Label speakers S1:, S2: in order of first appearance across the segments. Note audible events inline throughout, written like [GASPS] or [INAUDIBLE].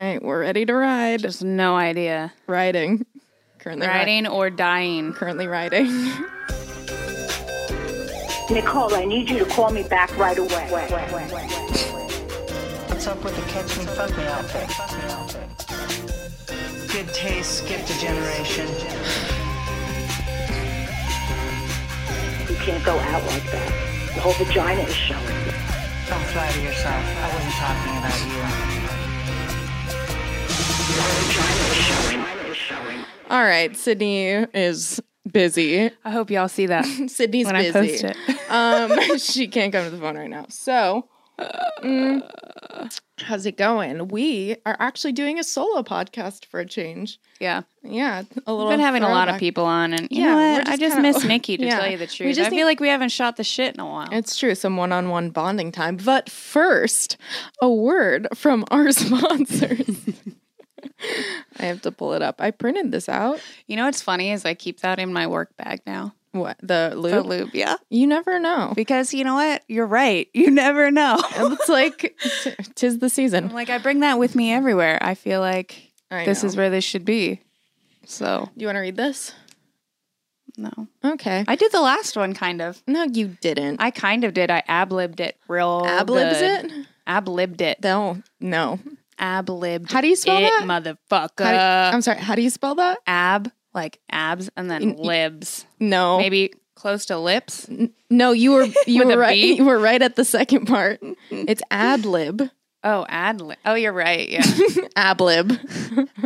S1: We're ready to ride.
S2: Just no idea.
S1: riding. Currently ri-
S2: Riding or dying.
S1: currently riding. [LAUGHS]
S3: Nicole, I need you to call me back right away.
S4: What's up with the catch me, fuck me outfit? Good taste, skipped a generation.
S3: You can't go out like that. The whole vagina is showing.
S4: Don't flatter yourself. I wasn't talking about you.
S3: The whole vagina is showing. Vagina is showing.
S1: All right, Sydney is busy.
S2: I hope y'all see
S1: [LAUGHS]
S2: that
S1: Sydney's
S2: when I
S1: busy.
S2: post it.
S1: [LAUGHS] Um, she can't come to the phone right now. So, mm, how's it going? We are actually doing a solo podcast for a change.
S2: Yeah.
S1: Yeah, a little.
S2: We've been having a lot of
S1: throwback.
S2: people on, and you
S1: Yeah,
S2: know
S1: we're
S2: what? I
S1: just
S2: just
S1: kinda- [LAUGHS]
S2: miss Nikki to
S1: Yeah.
S2: tell you the
S1: We
S2: truth.
S1: just
S2: I
S1: need-
S2: feel like we haven't shot the shit in a while.
S1: It's true, some one on one bonding time. But first, a word from our [LAUGHS] sponsors. [LAUGHS] I have to pull it up. I printed this out.
S2: You know what's funny is I keep that in my work bag now.
S1: What the loop?
S2: The lube, yeah.
S1: You never [LAUGHS] know.
S2: Because you know what? You're right. You
S1: [LAUGHS]
S2: never know.
S1: It's like t- tis the
S2: I'm
S1: season.
S2: [LAUGHS] like I bring that with me everywhere. I feel like
S1: [LAUGHS] I
S2: this
S1: know.
S2: is where this should be. So
S1: Do you want to read this?
S2: no,
S1: Okay.
S2: I did the last one kind of.
S1: No, you didn't.
S2: I kind of did. I ablibbed it real.
S1: Ablibs
S2: good.
S1: it?
S2: Ablibbed it.
S1: No, no.
S2: Ablibbed.
S1: How do you spell
S2: it,
S1: that? How do-
S2: motherfucker?
S1: I'm sorry. How do you spell that?
S2: um, Ab like abs and then
S1: In-
S2: libs.
S1: No,
S2: Maybe close to lips.
S1: no. You [LAUGHS] were you
S2: With
S1: were
S2: a
S1: right.
S2: B?
S1: You were right at the second [LAUGHS] part. It's ad lib,
S2: Oh, ad lib. Oh, you're right. Yeah. [LAUGHS]
S1: ab lib.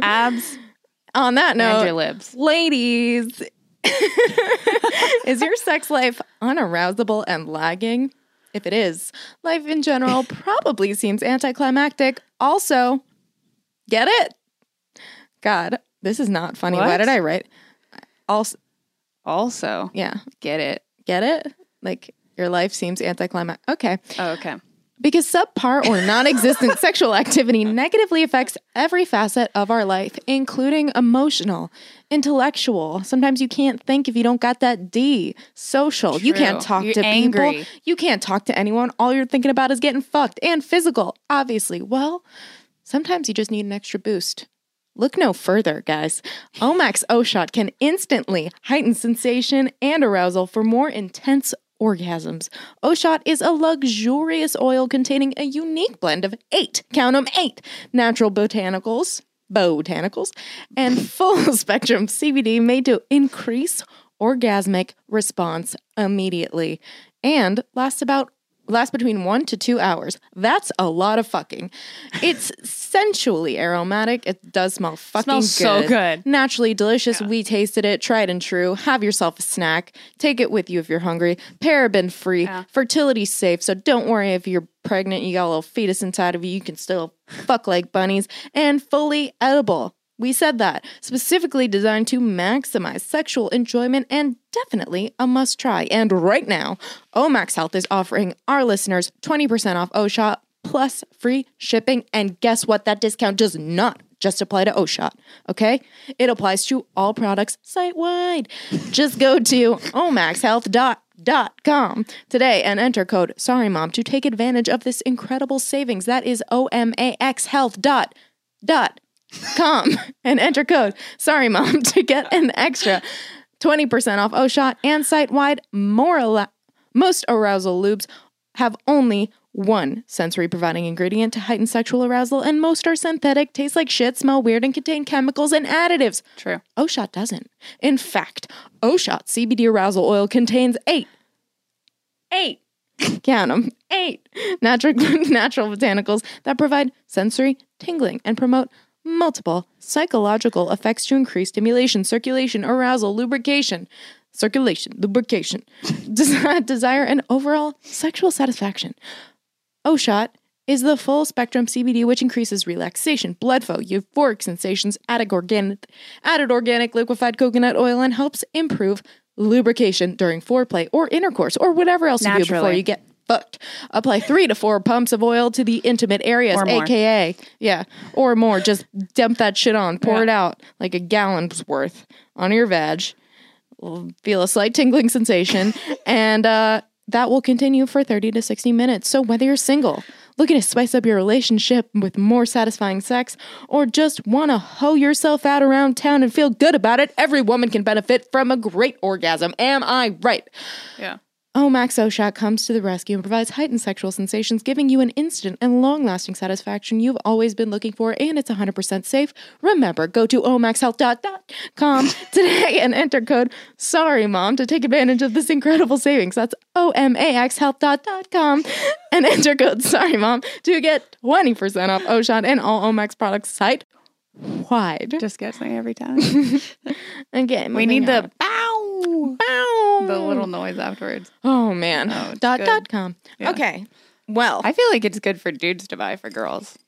S2: Abs
S1: [LAUGHS] On that
S2: and your
S1: note,
S2: libs.
S1: ladies, [LAUGHS] is your sex life unarousable and lagging? If it is, life in general probably seems anticlimactic. Also, get it? God, this is not funny. Why
S2: What?
S1: did I write? Also,
S2: Also,
S1: yeah,
S2: get it.
S1: get it? Like your life seems anticlimactic. Okay.
S2: Oh, okay.
S1: Because subpar or non
S2: [LAUGHS]
S1: existent sexual activity negatively affects every facet of our life, including emotional, intellectual. Sometimes you can't think if you don't got that D, social. You
S2: True.
S1: can't talk
S2: You're
S1: to
S2: angry.
S1: people. You can't talk to anyone. All you're thinking about is getting fucked and physical, obviously. Well, sometimes you just need an extra boost. Look no further, guys. Omax O Shot can instantly heighten sensation and arousal for more intense orgasms. O Shot is a luxurious oil containing a unique blend of eight, count 'em, eight, natural botanicals, botanicals, and [LAUGHS] full spectrum CBD made to increase orgasmic response immediately and lasts about last between one to two hours. That's a lot of fucking. It's sensually aromatic. It does smell fucking
S2: Smells so good.
S1: Naturally delicious. We tasted it, tried and true. Have yourself a snack. Take it with you if you're hungry. Paraben free, fertility safe. So don't worry if you're pregnant, you got a little fetus inside of you, you can still fuck like bunnies and fully edible. We said that. Specifically designed to maximize sexual enjoyment and definitely a must try. And right now, Omax Health is offering our listeners 20% off OSHOT plus free shipping. And guess what? That discount does not just apply to OSHOT, okay? It applies to all products site wide. [LAUGHS] Just go to omaxhealth.com today and enter code sorry mom to take advantage of this incredible savings. That is O-M-A-X health dot dot com and enter code sorry mom [LAUGHS] to get an extra 20% off OSHOT and site wide more ala- most arousal lubes have only one sensory providing ingredient to heighten sexual arousal and most are synthetic taste like shit smell weird and contain chemicals and additives
S2: True.
S1: OSHOT doesn't in fact OSHOT CBD arousal oil contains 8 eight count 'em, eight natural [LAUGHS] natural botanicals that provide sensory tingling and promote multiple psychological effects to increase stimulation circulation arousal lubrication circulation lubrication [LAUGHS] desi- desire and overall sexual satisfaction OSHOT is the full spectrum CBD which increases relaxation, blood flow, euphoric sensations, added organic, added organic liquefied coconut oil, and helps improve lubrication during foreplay or intercourse or whatever else you do before
S2: Naturally.
S1: you get fucked. Apply three to four pumps of oil to the intimate areas,
S2: Or more.
S1: aka yeah, or more. Just dump that shit on, pour it out like a gallon's worth on your vag feel a slight tingling [LAUGHS] sensation, and uh, that will continue for 30 to 60 minutes. So, whether you're single, Looking to spice up your relationship with more satisfying sex? Or just want to hoe yourself out around town and feel good about it? Every woman can benefit from a great orgasm. Am I right?
S2: Yeah.
S1: Omax Oh, Oshak comes to the rescue and provides heightened sexual sensations, giving you an instant and long lasting satisfaction you've always been looking for, and it's 100% safe. Remember, go to
S2: [LAUGHS]
S1: omaxhealth.com today and enter code SORRY MOM to take advantage of this incredible savings. That's omaxhealth.com and enter code SORRY MOM to get 20% off Oshot and all Omax products site wide.
S2: Just gets me every [LAUGHS] time.
S1: Okay,
S2: we need
S1: the
S2: the bow, the little noise afterwards.
S1: Oh man.
S2: Oh, it's
S1: dot
S2: good.
S1: dot com.
S2: Yeah.
S1: Okay. Well,
S2: I feel like it's good for dudes to buy for girls.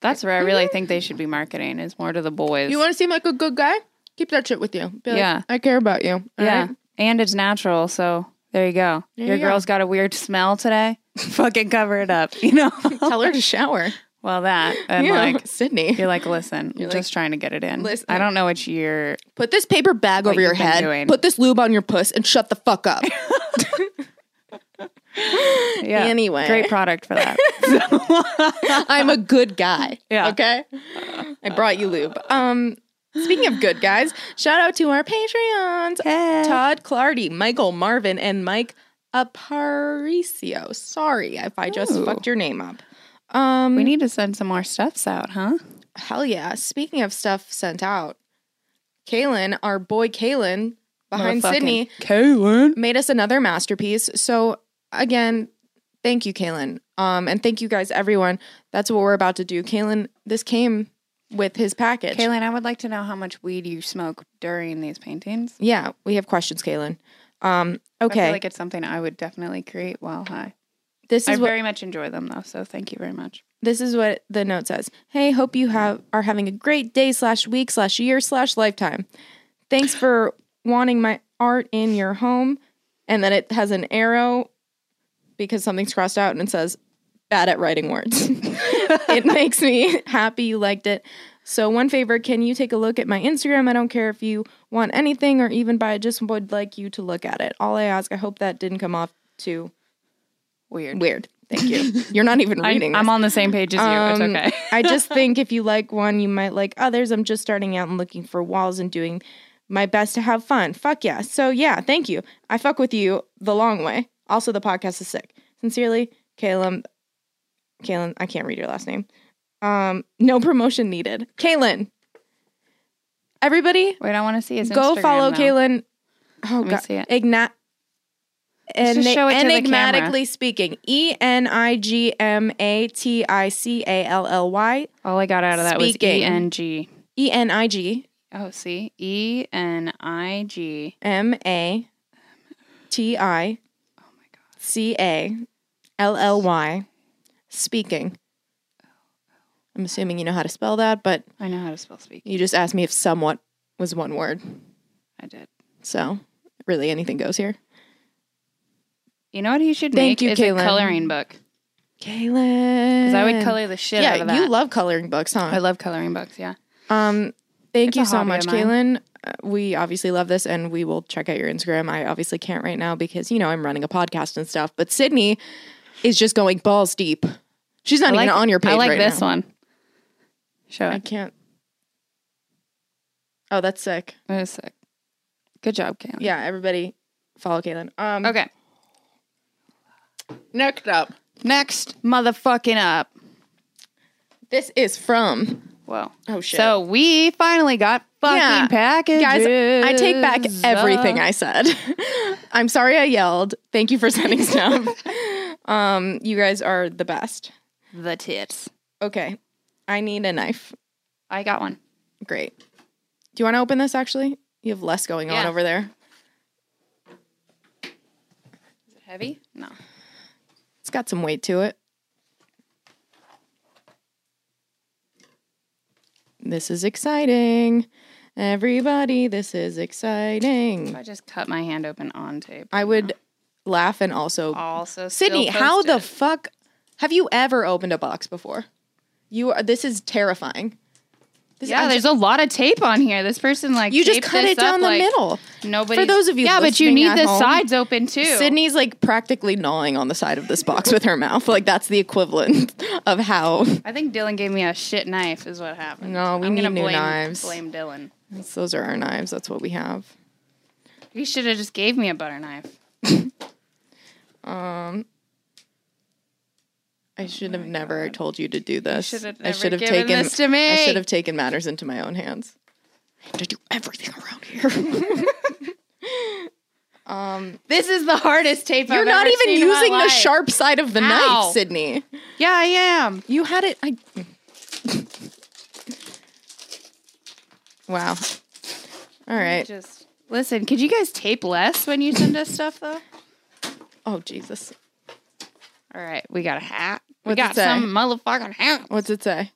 S2: That's where I really think they should be marketing is more to the boys.
S1: you want to seem like a good guy? Keep that shit with you. Be like,
S2: Yeah.
S1: I care about you. All
S2: yeah,
S1: right?
S2: and it's natural. So there you go.
S1: There
S2: Your
S1: you go.
S2: girl's got a weird smell today. [LAUGHS] Fucking cover it up, you know.
S1: Tell her to
S2: [LAUGHS]
S1: shower.
S2: well, that and
S1: you know,
S2: like
S1: Sydney.
S2: you're like, listen,
S1: You're
S2: just trying to get it in.
S1: listen.
S2: I don't know what year.
S1: Put this paper bag over your
S2: you've been
S1: head.
S2: doing.
S1: Put this lube on your puss and shut the fuck
S2: [LAUGHS]
S1: up.
S2: Yeah,
S1: Anyway.
S2: great product for [LAUGHS] that.
S1: I'm a good guy.
S2: Yeah.
S1: Okay. I brought you lube. Um speaking of good guys, shout out to our Patreons. Todd Clardy, Michael Marvin, and Mike Aparicio. Sorry if I just
S2: Ooh.
S1: fucked your name up. Um
S2: we need to send some more stuffs out, huh?
S1: Hell yeah. Speaking of stuff sent out, Kalen, our boy Kalen behind
S2: Motherfucking
S1: Sydney,
S2: Kaylin.
S1: made us another masterpiece. So again, thank you, Kalen. Um, and thank you guys, everyone. That's what we're about to do. Kalen, this came with his package.
S2: Kaylin, I would like to know how much weed you smoke during these paintings.
S1: Yeah, we have questions, Kalen. Um,
S2: I
S1: okay.
S2: feel like it's something I would definitely create while high.
S1: this
S2: I
S1: is what
S2: very much enjoy them though, so thank you very much.
S1: this is what the note says. Hey, hope you have are having a great day slash week slash year slash lifetime. Thanks for wanting my art in your home. And then it has an arrow because something's crossed out and it says bad at writing words. [LAUGHS] it makes me happy you liked it. So one favor, can you take a look at my Instagram? I don't care if you want anything or even buy it, just would like you to look at it. All I ask, I hope that didn't come off too
S2: Weird.
S1: weird. Thank you. You're not even
S2: I,
S1: reading.
S2: am
S1: this.
S2: on the same page as you. it's
S1: Um,
S2: okay.
S1: I just think if you like one, you might like others. I'm just starting out and looking for walls and doing my best to have fun. Fuck yeah. So yeah, thank you. I fuck with you the long way. Also, the podcast is sick. Sincerely, Caleb. Kaylin, I can't read your last name. Um, no promotion needed. Kaylin. Everybody,
S2: [LAUGHS] Wait, I want to see his
S1: go
S2: Instagram,
S1: follow
S2: though.
S1: Kaylin. Oh
S2: Let me
S1: god.
S2: see it.
S1: Igna-
S2: Let's just
S1: Ena-
S2: show it to the
S1: enigmatically speaking, E N I G M A T I C A L L Y
S2: All I got out of that
S1: Speaking.
S2: was E N G.
S1: E N I G
S2: Oh, see, E N I G
S1: M A T I C A L L Y speaking. I'm assuming you know how to spell that, but
S2: I know how to spell speak.
S1: you just asked me if somewhat was one word.
S2: I did.
S1: So, really, anything goes here.
S2: You know what he should
S1: Thank
S2: make
S1: you,
S2: is
S1: Kaylin.
S2: a coloring book
S1: Kaylin.
S2: because I would color the shit out
S1: Yeah,
S2: of that.
S1: you love coloring books, huh?
S2: I love coloring books. Yeah.
S1: Um, thank
S2: It's
S1: you
S2: a
S1: so
S2: hobby
S1: much,
S2: of mine.
S1: Kaylin. Uh, we obviously love this, and we will check out your Instagram. I obviously can't right now because you know I'm running a podcast and stuff. But Sydney is just going balls deep. She's not
S2: I
S1: even
S2: like-
S1: on your page.
S2: I like
S1: right
S2: this
S1: now.
S2: one. Show
S1: I
S2: it.
S1: can't. Oh, that's sick.
S2: That is sick. Good job, Kaylin.
S1: Yeah, everybody follow Kaylin. Um,
S2: Okay.
S1: Next up,
S2: Next motherfucking up.
S1: this is from
S2: Whoa.
S1: Oh, shit.
S2: So we finally got fucking
S1: Yeah.
S2: packages.
S1: guys. I take back
S2: uh,
S1: everything I said. [LAUGHS] I'm sorry I yelled. Thank you for sending
S2: [LAUGHS]
S1: stuff. um, you guys are the best.
S2: the tits.
S1: Okay. I need a knife.
S2: I got one.
S1: Great. Do you want to open this actually? You have less going on
S2: Yeah.
S1: over there.
S2: Is it heavy? No.
S1: It's got some weight to it. This is exciting. Everybody, this is
S2: If
S1: exciting.
S2: I just cut my hand open on tape.
S1: I would laugh and also
S2: Also, still
S1: Sydney, how the
S2: posted.
S1: fuck have you ever opened a box before? You are this is terrifying. This-
S2: yeah,
S1: I'm-
S2: there's a lot of tape on here. This person like
S1: you just
S2: taped
S1: cut
S2: this
S1: it down
S2: up
S1: the
S2: like
S1: middle.
S2: Nobody.
S1: those of you
S2: yeah, but you
S1: listening
S2: need
S1: at
S2: the
S1: home,
S2: sides open too.
S1: Sydney's like practically gnawing on the side of this box with her mouth. Like that's the equivalent of how [LAUGHS]
S2: I think Dylan gave me a shit knife. Is what happened.
S1: No, we
S2: I'm gonna
S1: need new
S2: blame,
S1: knives.
S2: Blame Dylan.
S1: those are our knives. That's what we have.
S2: He should have just gave me a butter knife. Oh
S1: I should have never told you to do this.
S2: should have
S1: I
S2: never
S1: should have
S2: given
S1: taken
S2: this to
S1: I
S2: me.
S1: should have taken matters into my own hands. I have to do everything around
S2: [LAUGHS]
S1: here.
S2: This is the hardest tape.
S1: You're
S2: I've
S1: not
S2: ever
S1: even
S2: seen in my
S1: using the
S2: life.
S1: sharp side of the
S2: Ow.
S1: knife, Sydney.
S2: Yeah, I am.
S1: You had it. I. [LAUGHS] wow. All right.
S2: Just listen. Could you guys tape less when you send us stuff though?
S1: Oh Jesus.
S2: All right, we got a hat. we
S1: What's it
S2: got
S1: say?
S2: some motherfucking hat.
S1: What's it say?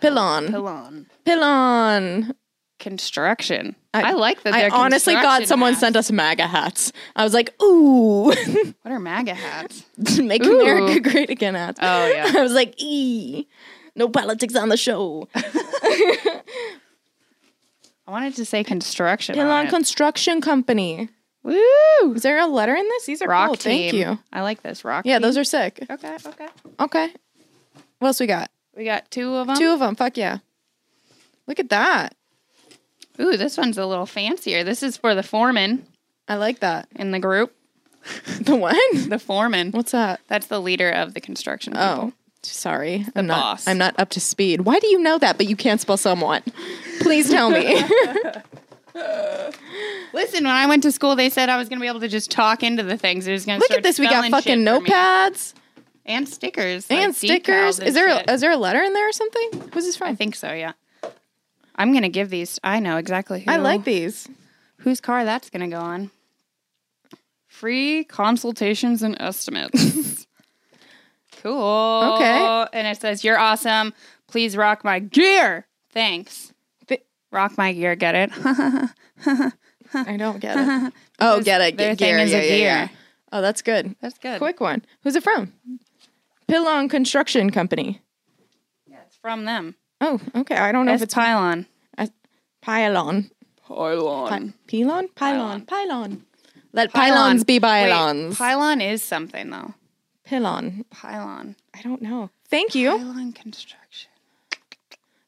S1: Pillon.
S2: Pylon
S1: Pillon.
S2: construction.
S1: I-
S2: I, like that.
S1: I
S2: they're
S1: honestly thought
S2: construction
S1: someone
S2: hats.
S1: sent us MAGA hats. I was like, ooh, [LAUGHS]
S2: What are MAGA hats?
S1: make
S2: Ooh.
S1: America great again hats.
S2: Oh, yeah.
S1: [LAUGHS] I was like, ee, no politics on the
S2: [LAUGHS]
S1: show.
S2: I wanted to say construction.
S1: Pillon
S2: on it.
S1: Construction Company.
S2: Woo!
S1: Is there a letter in this? These are
S2: Rock
S1: cool.
S2: team.
S1: Oh, Thank you.
S2: I like this rock.
S1: Yeah,
S2: team.
S1: those are sick.
S2: okay. Okay.
S1: Okay. What else we got?
S2: We got two of them.
S1: Two of them. Fuck yeah. Look at that.
S2: Ooh, this one's a little fancier. This is for the foreman
S1: I like that. [LAUGHS]
S2: in the group.
S1: The one?
S2: The foreman.
S1: What's that?
S2: That's the leader of the construction.
S1: Oh, sorry. I'm not.
S2: boss.
S1: I'm not up to speed. Why do you know that, but you can't spell someone? Please tell
S2: [LAUGHS]
S1: me.
S2: people. Listen, when I went to school, they said I was going to be able to just talk into the things. It was going to
S1: Look at this. We got fucking notepads
S2: and stickers like
S1: and
S2: decals
S1: stickers.
S2: and
S1: Is there a,
S2: shit.
S1: is there a letter in there or something? Who's this
S2: I
S1: from?
S2: think so. Yeah. I'm gonna give these. I know exactly who.
S1: I like these.
S2: whose car that's gonna go on. Free consultations and
S1: [LAUGHS]
S2: estimates. cool.
S1: Okay.
S2: And it says, You're awesome. Please rock my gear. Thanks.
S1: Th-
S2: rock my gear. Get it? [LAUGHS]
S1: I don't get it. Oh, get it.
S2: their
S1: Get gear.
S2: thing is
S1: Yeah,
S2: a
S1: yeah, yeah.
S2: gear.
S1: Oh, that's good.
S2: that's good.
S1: Quick one. Who's it from? Pillon Construction Company.
S2: It's from them.
S1: Oh, okay. I don't know
S2: That's
S1: if it's
S2: pylon.
S1: pylon.
S2: Pylon.
S1: Pylon? Pylon. Pylon. Let
S2: Hmm. Pylon.
S1: pylons be
S2: Wait,
S1: pylons.
S2: pylon is something though.
S1: Pylon.
S2: Pylon.
S1: I don't know. Thank you.
S2: Pylon construction.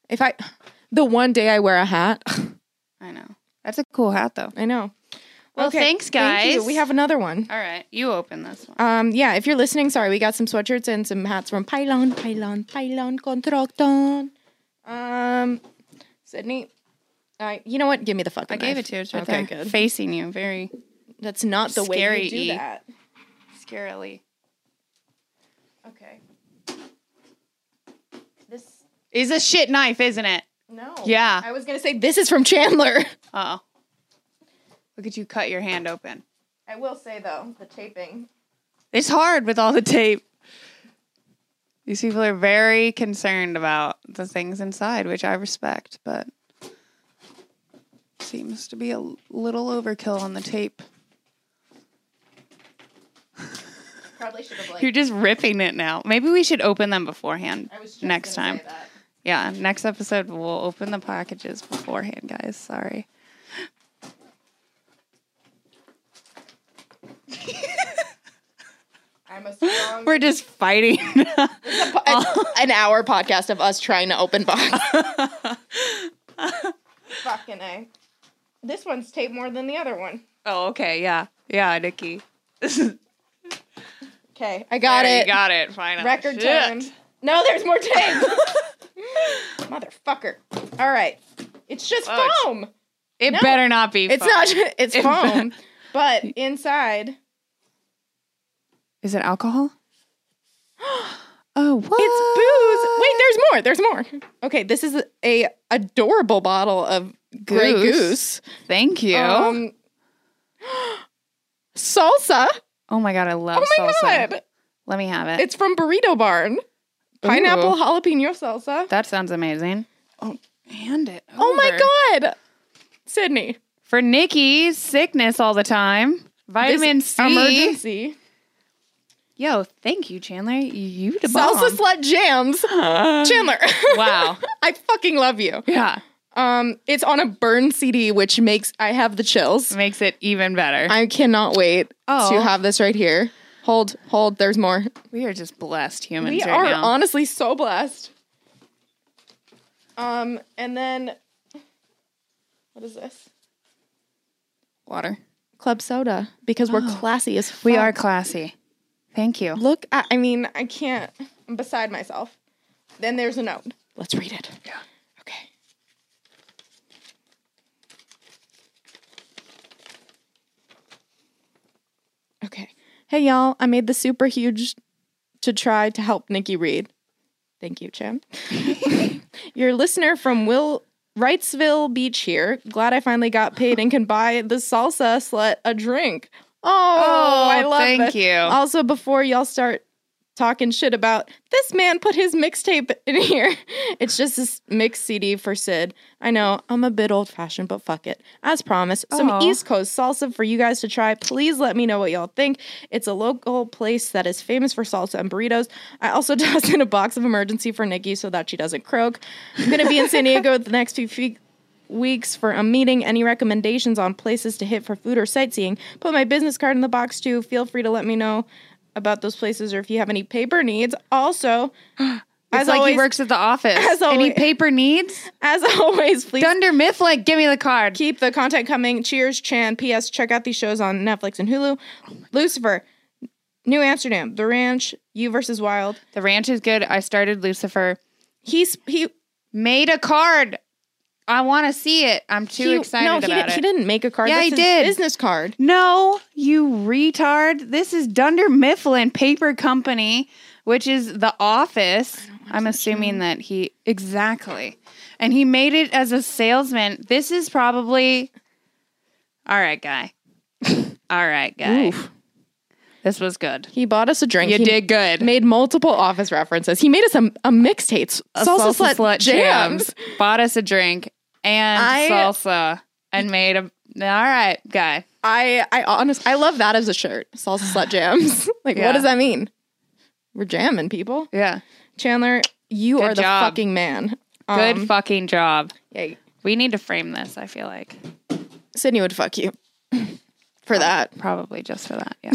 S1: If I, the one day I wear a hat, [LAUGHS]
S2: I know. That's a cool hat though.
S1: I know.
S2: Well, thanks, guys.
S1: Thank you. We have another one.
S2: All right, you open this one.
S1: Um, yeah, if you're listening, sorry, we got some sweatshirts and some hats from Pylon, Pylon, Pylon Constructon. Um, Sydney, I, you know what? Give me the fucking.
S2: I gave it
S1: knife.
S2: to you. It's right
S1: okay,
S2: there.
S1: good.
S2: Facing you, very
S1: That's not the way
S2: Scary
S1: you do
S2: E.
S1: that.
S2: scarily. Okay.
S1: This
S2: Is a shit knife, isn't it?
S1: no.
S2: Yeah.
S1: I was gonna say this is from Chandler.
S2: Oh. Look at you cut your hand open.
S1: I will say though, the taping.
S2: It's hard with all the tape. These people are very concerned about the things inside, which I respect, but seems to be a little overkill on the tape.
S1: Probably should have like.
S2: You're just ripping it now. Maybe we should open them beforehand
S1: I was just
S2: next
S1: gonna
S2: time.
S1: say that.
S2: Yeah, next episode we'll open the packages beforehand, guys. Sorry.
S1: I'm [GASPS] a strong.
S2: We're just fighting.
S1: [LAUGHS]
S2: [LAUGHS]
S1: an hour podcast of us trying to open box. [LAUGHS] Fucking a. This one's taped more than the other one.
S2: oh, okay. Yeah. Yeah, Nikki.
S1: Okay, I got
S2: There,
S1: it.
S2: You got it. Finally.
S1: Record
S2: Shit.
S1: time. No, there's more [LAUGHS] tape. Motherfucker. All right. It's just
S2: Oh, it's-
S1: foam.
S2: It
S1: No.
S2: better not be.
S1: It's,
S2: foam.
S1: not. [LAUGHS] It's
S2: It-
S1: foam, but inside
S2: Is it alcohol?
S1: [GASPS]
S2: oh, what?
S1: it's booze. Wait, there's more. There's more. Okay, this is a adorable bottle of Grey
S2: Goose.
S1: Goose.
S2: Thank you.
S1: Um, [GASPS] salsa.
S2: oh my god, I love
S1: Oh my
S2: salsa.
S1: god.
S2: Let me have it.
S1: It's from Burrito Barn. Pineapple
S2: Ooh.
S1: jalapeno salsa.
S2: that sounds amazing. Oh, hand it.
S1: Oh
S2: over.
S1: my god. Sydney.
S2: For Nikki, sickness all the time.
S1: this
S2: Vitamin C.
S1: Emergency.
S2: Yo, thank you, Chandler. You the bomb.
S1: Salsa
S2: [LAUGHS]
S1: slut jams. Chandler. [LAUGHS]
S2: Wow.
S1: I fucking love you.
S2: yeah,
S1: Um, it's on a burn CD, which makes I have the chills.
S2: makes it even better.
S1: I cannot wait
S2: Oh.
S1: to have this right here. Hold, hold. There's more.
S2: we are just blessed humans.
S1: We
S2: right
S1: are
S2: now.
S1: honestly so blessed. Um, and then what is this?
S2: water.
S1: Club soda because we're classy as fuck.
S2: We are classy. Thank you.
S1: Look, I, I mean, I can't. I'm beside myself. Then there's a note. Let's read it. Yeah. Okay. Okay. Hey, y'all. I made the super huge to try to help Nikki read. Thank you, Jim. [LAUGHS] Your listener from Will Wrightsville Beach here. Glad I finally got paid and can buy the salsa slut a drink. Oh, I love
S2: thank
S1: this.
S2: you.
S1: Also, before y'all start talking shit about this man put his mixtape in here. [LAUGHS] It's just this mix CD for Sid. I know I'm a bit old fashioned, but fuck it. As promised, some
S2: Aw.
S1: East Coast salsa for you guys to try. Please let me know what y'all think. It's a local place that is famous for salsa and burritos. I also [LAUGHS] tossed in a box of emergency for Nikki so that she doesn't croak. I'm gonna be in San Diego the next few fe- weeks for a meeting. Any recommendations on places to hit for food or sightseeing? Put my business card in the box too. Feel free to let me know about those places or if you have any paper needs. Also, [GASPS]
S2: It's
S1: as
S2: like
S1: always,
S2: he works at the office.
S1: As
S2: Any
S1: always-
S2: paper needs?
S1: as [LAUGHS] always, please
S2: Dunder Mifflin, give me the card.
S1: keep the content coming. Cheers, Chan. P.S. Check out these shows on Netflix and Hulu. Lucifer, New Amsterdam, The Ranch, You versus Wild.
S2: The ranch is good. I started Lucifer.
S1: He's he
S2: Made a card. I want to see it. I'm too
S1: he-
S2: excited
S1: No,
S2: about
S1: he, did,
S2: it.
S1: he didn't make a card.
S2: Yeah,
S1: That's
S2: he
S1: his
S2: did.
S1: Business card.
S2: No, you retard. This is Dunder Mifflin Paper Company, which is the office. I'm assuming that he exactly. And he made it as a salesman. This is probably All right, guy. [LAUGHS] All right, guy. This was good.
S1: He bought us a drink.
S2: You
S1: He
S2: did good.
S1: Made multiple office references. He made us a, a mixtape. s-
S2: A
S1: Salsa, slut, jams.
S2: Bought us a drink and
S1: I-
S2: salsa and made a All right, guy.
S1: I I honest I love that as a shirt. Salsa slut jams. [LAUGHS] like
S2: Yeah.
S1: what does that mean? We're jamming people.
S2: Yeah.
S1: Chandler, you
S2: Good
S1: are the
S2: job.
S1: fucking man.
S2: Good
S1: Um,
S2: fucking job.
S1: yeah,
S2: We need to frame this, I feel like.
S1: Sydney would fuck you [LAUGHS] for that.
S2: Probably just for that. [LAUGHS] Yeah.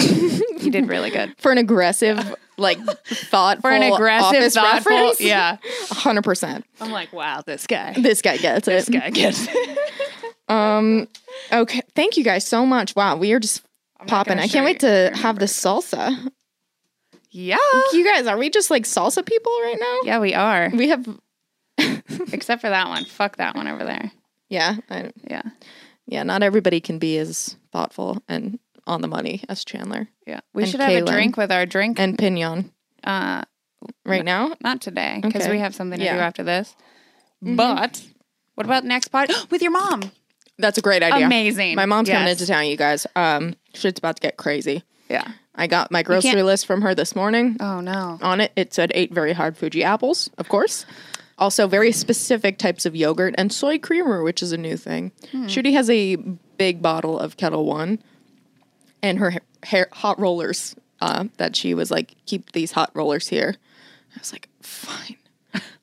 S2: you did really good.
S1: For an aggressive, like thoughtful,
S2: For an aggressive,
S1: office
S2: thoughtful.
S1: reference, [LAUGHS]
S2: Yeah.
S1: hundred percent.
S2: [LAUGHS] I'm like, wow, this guy.
S1: This guy gets
S2: This
S1: it.
S2: guy gets it.
S1: Um, okay, thank you guys so much. Wow, we are just popping.
S2: gonna
S1: I
S2: show
S1: can't wait
S2: you.
S1: to have this salsa.
S2: [LAUGHS] Yeah.
S1: You guys, are we just like salsa people right now?
S2: Yeah, we [LAUGHS] are.
S1: We have,
S2: Except for that one. Fuck that one over there.
S1: yeah, I,
S2: Yeah.
S1: yeah. Not everybody can be as thoughtful and on the money as Chandler
S2: Yeah. We
S1: And
S2: should have a
S1: Kaylin.
S2: drink with our drink
S1: and Pinion
S2: uh
S1: right now.
S2: not today because
S1: Okay.
S2: we have something to
S1: Yeah.
S2: do after this. But what about next pod [GASPS] with your mom?
S1: That's a great idea.
S2: Amazing.
S1: My mom's coming
S2: Yes.
S1: into town, you guys. Um, shit's about to get crazy.
S2: Yeah.
S1: I got my grocery
S2: can't-
S1: list from her this morning.
S2: Oh no.
S1: On it, it said eight very hard Fuji apples, of course. Also, very specific types of yogurt and soy creamer, which is a new thing.
S2: Hmm.
S1: Shooty has a big bottle of Kettle One and her ha- hair, hot rollers uh, that she was like, keep these hot rollers here. I was like, fine.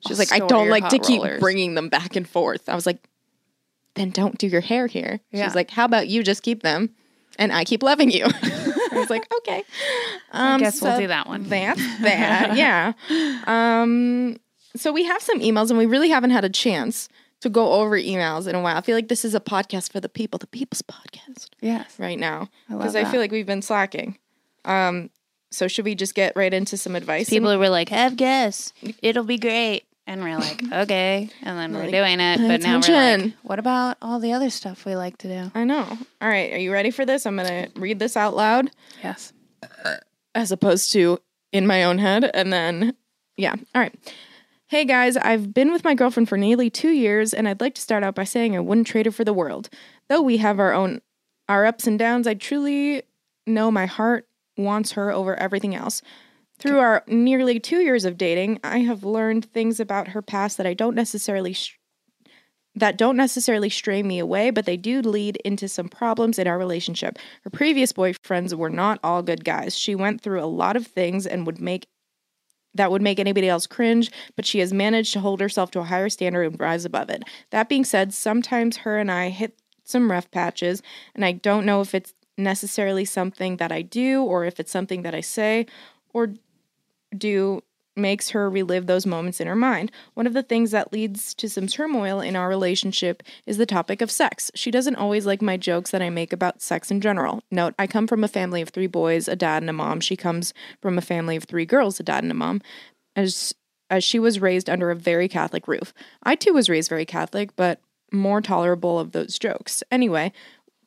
S1: She's like, I
S2: store
S1: don't
S2: your
S1: like to
S2: hot
S1: keep
S2: rollers."
S1: bringing them back and forth. I was like, then don't do your hair here.
S2: Yeah.
S1: She's like, how about you just keep them and I keep loving you? [LAUGHS] I was like, okay. Um,
S2: Guess we'll
S1: so
S2: do that one.
S1: That's that. yeah. Um, so we have some emails and we really haven't had a chance to go over emails in a while. I feel like this is a podcast for the people, the people's podcast
S2: Yes.
S1: right now.
S2: love
S1: Because I,
S2: that.
S1: feel like we've been slacking. Um, so should we just get right into some advice?
S2: People were like, have guests. It'll be great. And we're [LAUGHS] like, okay. And then we're doing it.
S1: pay
S2: But now we're like,
S1: attention.
S2: what about all the other stuff we like to do?
S1: I know. All right, are you ready for this? I'm going to read this out loud.
S2: Yes.
S1: as opposed to in my own head. And then, yeah. All right. Hey guys, I've been with my girlfriend for nearly two years, and I'd like to start out by saying I wouldn't trade her for the world. Though we have our own our ups and downs, I truly know my heart wants her over everything else. Through our nearly two years of dating, I have learned things about her past that I don't necessarily sh- that don't necessarily stray me away, but they do lead into some problems in our relationship. Her previous boyfriends were not all good guys. She went through a lot of things and would make that would make anybody else cringe, but she has managed to hold herself to a higher standard and rise above it. That being said, sometimes her and I hit some rough patches, and I don't know if it's necessarily something that I do or if it's something that I say or do makes her relive those moments in her mind. One of the things that leads to some turmoil in our relationship is the topic of sex. She doesn't always like my jokes that I make about sex in general. Note, I come from a family of three boys, a dad and a mom. She comes from a family of three girls, a dad and a mom. As as she was raised under a very Catholic roof. I too was raised very Catholic, but more tolerable of those jokes. Anyway,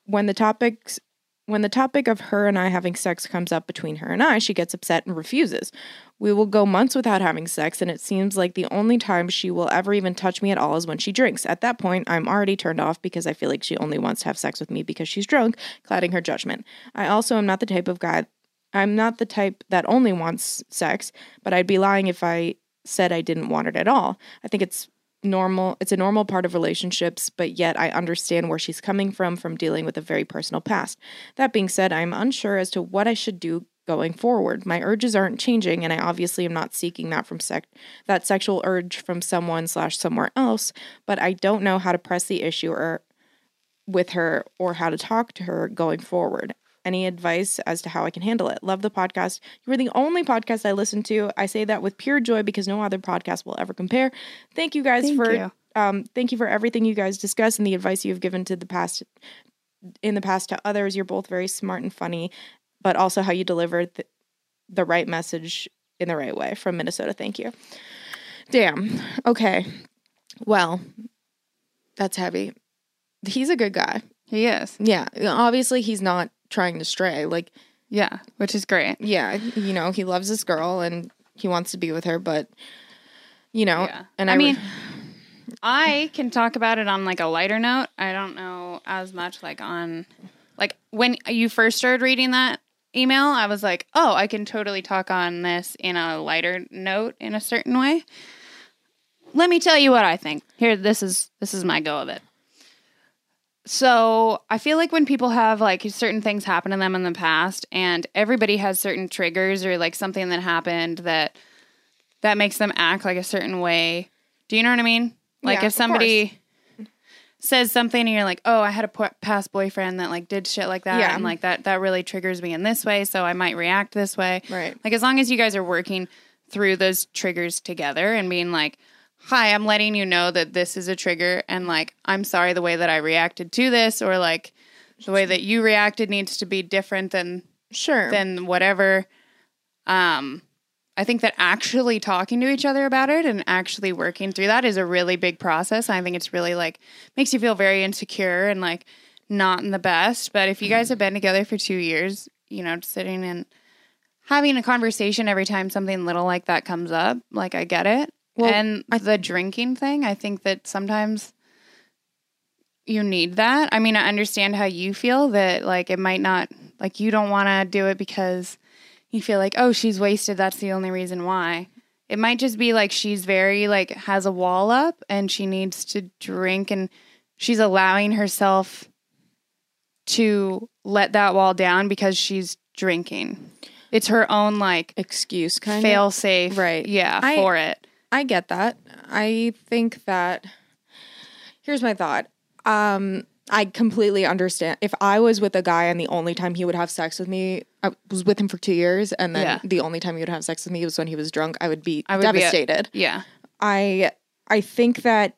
S1: when the topics when the topic of her and I having sex comes up between her and I, she gets upset and refuses. We will go months without having sex, and it seems like the only time she will ever even touch me at all is when she drinks. At that point, I'm already turned off because I feel like she only wants to have sex with me because she's drunk, clouding her judgment. I also am not the type of guy. I'm not the type that only wants sex, but I'd be lying if I said I didn't want it at all. I think it's normal it's a normal part of relationships but yet i understand where she's coming from from dealing with a very personal past that being said i'm unsure as to what i should do going forward my urges aren't changing and i obviously am not seeking that from sec- that sexual urge from someone slash somewhere else but i don't know how to press the issue or with her or how to talk to her going forward any advice as to how I can handle it. Love the podcast. You are the only podcast I listen to. I say that with pure joy because no other podcast will ever compare. Thank you guys
S2: Thank
S1: for
S2: you.
S1: um thank you for everything you guys discuss and the advice you have given to the past in the past to others. You're both very smart and funny, but also how you deliver th- the right message in the right way from Minnesota. Thank you. Damn. Okay. Well, that's heavy. He's a good guy.
S2: He is.
S1: Yeah, obviously he's not trying to stray. Like,
S2: Yeah, which is great.
S1: yeah, you know, he loves this girl and he wants to be with her, but you know,
S2: Yeah.
S1: and
S2: I,
S1: I, re-
S2: mean, I can talk about it on like a lighter note. I don't know as much like on like when you first started reading that email, I was like, "Oh, I can totally talk on this in a lighter note in a certain way." Let me tell you what I think. Here this is this is my go of it. So, I feel like when people have like certain things happen to them in the past and everybody has certain triggers or like something that happened that that makes them act like a certain way. Do you know what I mean? Like
S1: Yeah,
S2: if
S1: of
S2: somebody says something and you're like, "Oh, I had a po- past boyfriend that like did shit like that,"
S1: Yeah.
S2: and like that that really triggers me in this way, so I might react this way.
S1: Right.
S2: Like as long as you guys are working through those triggers together and being like, "Hi, I'm letting you know that this is a trigger, and like I'm sorry the way that I reacted to this, or like the way that you reacted needs to be different than
S1: sure,
S2: than whatever." Um, I think that actually talking to each other about it and actually working through that is a really big process. I think it's really like makes you feel very insecure and like not in the best. But if you guys have been together for two years, you know, sitting and having a conversation every time something little like that comes up, like I get it.
S1: Well,
S2: and the drinking thing, I think that sometimes you need that. I mean, I understand how you feel that like it might not like you don't want to do it because you feel like, oh, she's wasted. That's the only reason why. It might just be like she's very, like, has a wall up and she needs to drink and she's allowing herself to let that wall down because she's drinking. It's her own, like,
S1: excuse kind of.
S2: fail safe.
S1: Right.
S2: Yeah,
S1: I-
S2: for it.
S1: I get that. I think that here's my thought. Um, I completely understand. If I was with a guy and the only time he would have sex with me, I was with him for two years, and then
S2: Yeah.
S1: the only time he would have sex with me was when he was drunk. I would be
S2: I would be a-
S1: devastated.
S2: Yeah.
S1: I I think that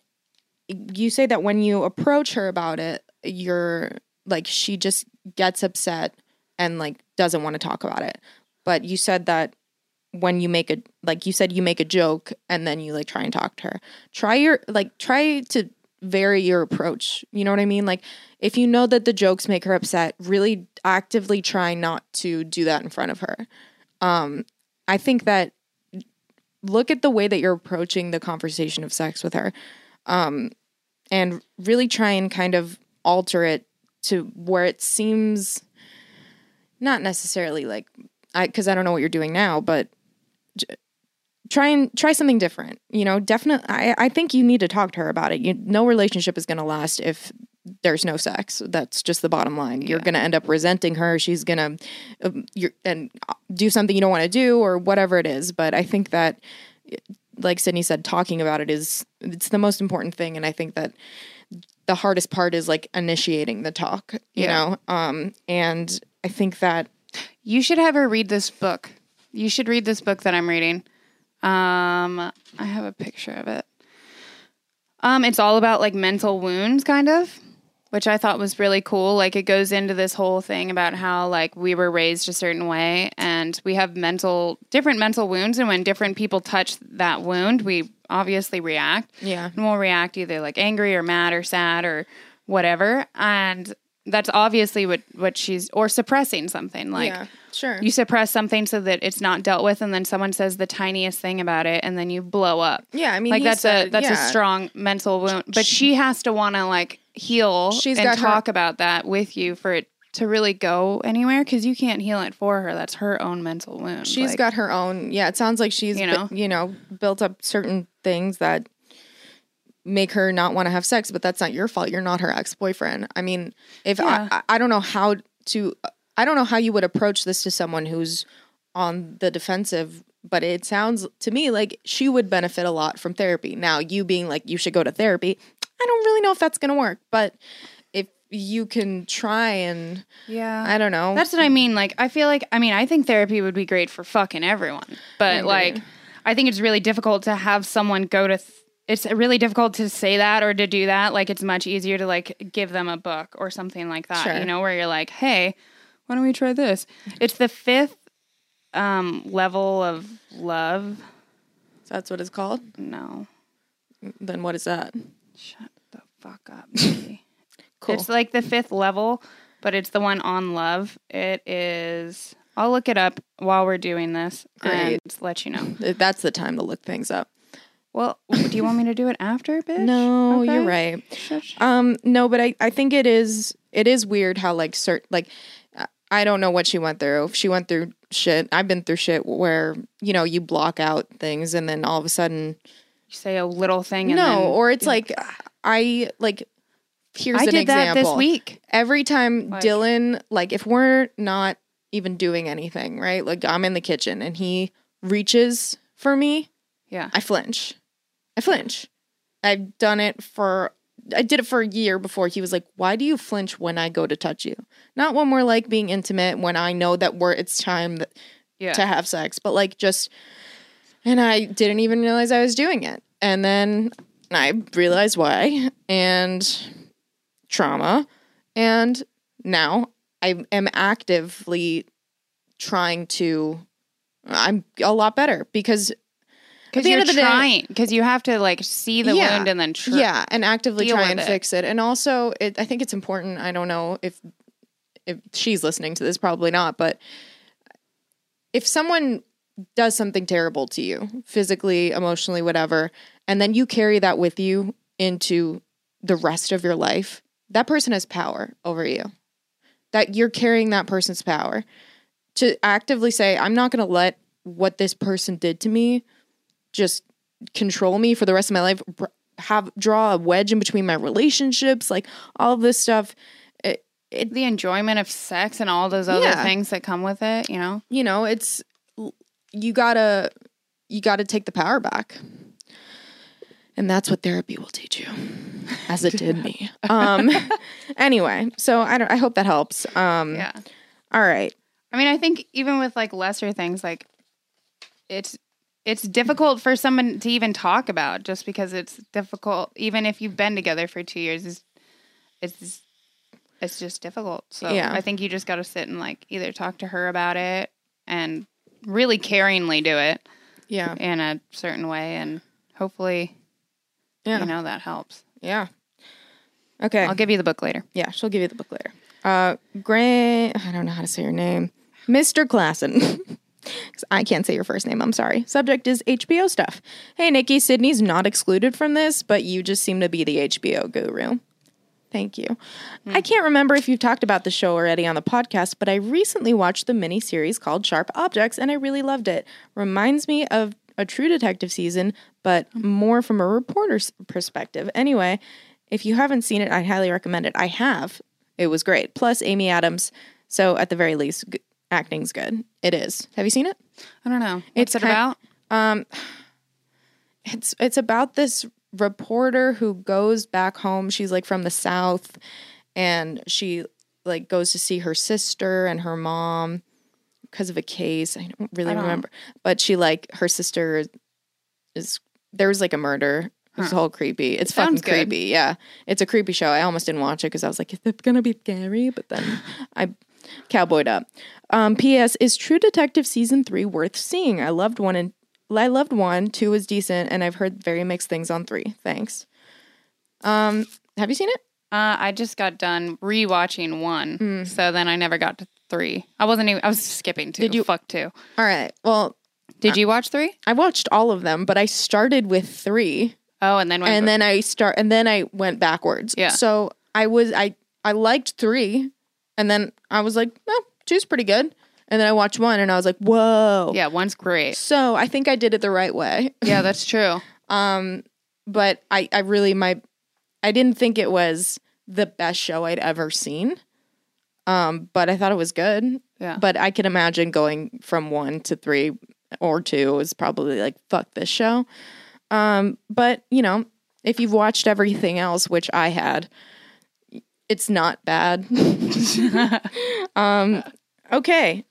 S1: you say that when you approach her about it, you're like she just gets upset and like doesn't want to talk about it. But you said that when you make a like you said you make a joke and then you like try and talk to her. Try your like try to vary your approach. You know what I mean? Like if you know that the jokes make her upset, really actively try not to do that in front of her. Um I think that look at the way that you're approaching the conversation of sex with her um, and really try and kind of alter it to where it seems not necessarily like i because i don't know what you're doing now but j- try and try something different. You know, definitely. I, I think you need to talk to her about it. You, no relationship is going to last if there's no sex. That's just the bottom line. You're going to end up resenting her. She's going to, um, you're and uh, do something you don't want to do or whatever it is. But I think that, like Sydney said, talking about it is it's the most important thing. And I think that the hardest part is like initiating the talk. You
S2: Yeah.
S1: know, um, and I think that
S2: You should have her read this book. You should read this book that I'm reading. Um, I have a picture of it. Um, it's all about like mental wounds, kind of, which I thought was really cool. Like it goes into this whole thing about how like we were raised a certain way and we have mental different mental wounds, and when different people touch that wound, we obviously react.
S1: Yeah.
S2: and we'll react either like angry or mad or sad or whatever, and that's obviously what what she's or suppressing something like
S1: sure.
S2: you suppress something so that it's not dealt with and then someone says the tiniest thing about it and then you blow up
S1: Yeah, I mean,
S2: like
S1: he
S2: that's a
S1: said-
S2: that's
S1: yeah.
S2: a strong mental wound but she has to want to like heal
S1: She's
S2: and
S1: got her-
S2: talk about that with you for it to really go anywhere because you can't heal it for her that's her own mental wound
S1: She's
S2: Like,
S1: got her own. Yeah, it sounds like she's
S2: You
S1: you
S2: know?
S1: know, you know built up certain things that make her not want to have sex, but that's not your fault. You're not her ex boyfriend. I mean, if
S2: Yeah.
S1: I, I, I don't know how to, I don't know how you would approach this to someone who's on the defensive. But it sounds to me like she would benefit a lot from therapy. Now, you being like, you should go to therapy, I don't really know if that's going to work. But if you can try and,
S2: yeah
S1: I don't know.
S2: That's what I mean. Like, I feel like, I mean, I think therapy would be great for fucking everyone, but like, I think it's really difficult to have someone go to. Th- it's really difficult to say that or to do that. Like, it's much easier to like give them a book or something like that.
S1: Sure.
S2: You know, where you're like, hey, why don't we try this? It's the fifth um, level of love.
S1: that's what it's called.
S2: No,
S1: Then what is that?
S2: shut the fuck up. baby.
S1: Cool.
S2: It's like the fifth level, but it's the one on love. It is. I'll look it up while we're doing this
S1: Great.
S2: and let you know.
S1: Th- That's the time to look things up.
S2: Well, do you want me to do it after,
S1: [LAUGHS]
S2: bitch?
S1: No,
S2: Okay.
S1: you're right.
S2: Shut- shut-
S1: Um, no, but I, I think it is it is weird how like cert like I- I don't know what she went through. If She went through shit. I've been through shit where you know you block out things and then all of a sudden
S2: You say a little thing. And
S1: no,
S2: then-
S1: or it's like I like here's
S2: I
S1: an
S2: did that
S1: example.
S2: this week.
S1: every time Dylan, like, if we're not even doing anything, right? Like, I'm in the kitchen and he reaches for me.
S2: Yeah.
S1: I flinch. I flinch. I've done it for, I did it for a year before he was like, why do you flinch when I go to touch you? Not when we're like being intimate, when I know that we're, it's time that,
S2: Yeah.
S1: to have sex, but like just, and I didn't even realize I was doing it. And then I realized why and trauma. And now I am actively trying to, I'm a lot better because
S2: Because
S1: the end
S2: you're
S1: of the day-
S2: trying. Because you have to like see the
S1: Yeah.
S2: wound and then tr-
S1: yeah and actively
S2: deal
S1: try
S2: with
S1: and
S2: it.
S1: fix it and also it, i think it's important i don't know if if she's listening to this probably not but if someone does something terrible to you physically emotionally whatever and then you carry that with you into the rest of your life that person has power over you that you're carrying that person's power to actively say i'm not going to let what this person did to me just control me for the rest of my life br- have draw a wedge in between my relationships like all of this stuff
S2: the enjoyment of sex and all those other
S1: Yeah.
S2: things that come with it. You know.
S1: you know it's you gotta you gotta take the power back and that's what therapy will teach you as it did me um anyway so i don't i hope that helps um
S2: Yeah.
S1: all right
S2: I mean, I think even with like lesser things, like it's it's difficult for someone to even talk about just because it's difficult even if you've been together for two years is it's it's just difficult. So
S1: Yeah.
S2: I think you just gotta sit and like either talk to her about it and really caringly do it
S1: yeah
S2: in a certain way and hopefully
S1: yeah
S2: you know that helps.
S1: yeah okay
S2: I'll give you the book later.
S1: yeah she'll give you the book later uh grant i don't know how to say your name mr klassen [LAUGHS] 'Cause I can't say your first name. I'm sorry. Subject is HBO stuff. Hey, Nikki, Sydney's not excluded from this, but you just seem to be the HBO guru. Thank you. I can't remember if you've talked about the show already on the podcast, but I recently watched the miniseries called Sharp Objects and I really loved it. Reminds me of a true detective season, but more from a reporter's perspective. Anyway, if you haven't seen it, I highly recommend it. I have. It was great. Plus, Amy Adams. So, at the very least, g- acting's good. It is. Have you seen it?
S2: I don't know. What's
S1: It's
S2: it's it
S1: kind-
S2: about?
S1: it's it's about this reporter who goes back home she's like from the south and she like goes to see her sister and her mom because of a case i don't really remember but she like her sister is there was like a murder it was all creepy it's fucking
S2: sounds good.
S1: creepy yeah it's a creepy show i almost didn't watch it because i was like is it gonna be scary but
S2: [LAUGHS]
S1: then i cowboyed up. Um, P.S. Is True Detective season three worth seeing? I loved one and I loved one. Two was decent, and I've heard very mixed things on three. Thanks. Um, have you seen it?
S2: Uh, I just got done rewatching one, so then I never got to three. I wasn't even. I was skipping two. Did you fuck two? Uh,
S1: All right. Well,
S2: Did you watch three?
S1: I watched all of them, but I started with three,
S2: Oh, and then went
S1: and then I start, and then I went backwards.
S2: Yeah.
S1: So I was I I liked three, and then I was like, no, two's pretty good, and then I watched one, and I was like, whoa.
S2: yeah, one's great.
S1: So I think I did it the right way.
S2: [LAUGHS] Yeah, that's true.
S1: but I, I really my I didn't think it was the best show I'd ever seen. Um, but I thought it was good.
S2: [LAUGHS] Yeah.
S1: But I can imagine going from one to three or two is probably like fuck this show. Um, but you know, if you've watched everything else, which I had, it's not bad. um, okay.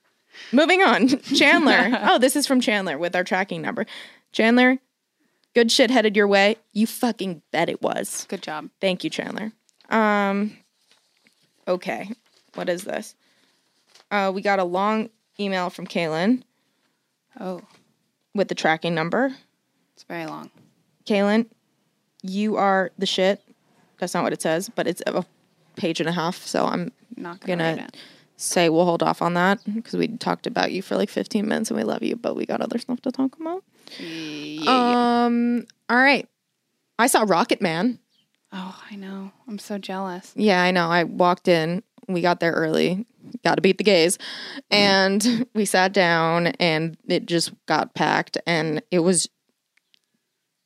S1: Moving on. Chandler. oh, this is from Chandler with our tracking number. Chandler, good shit headed your way. You fucking bet it was.
S2: Good job.
S1: Thank you, Chandler. Um, okay, what is this? Uh, we got a long email from Kaylin
S2: Oh,
S1: with the tracking number.
S2: it's very long.
S1: Kaylin, you are the shit. That's not what it says, but it's a page and a half, so I'm
S2: Not gonna.
S1: gonna
S2: write it.
S1: say we'll hold off on that because we talked about you for like 15 minutes and we love you, but we got other stuff to talk about. Um, all right. I saw Rocket Man.
S2: Oh, I know. I'm so jealous.
S1: Yeah, I know. I walked in. We got there early. Got to beat the gays. And we sat down and it just got packed and it was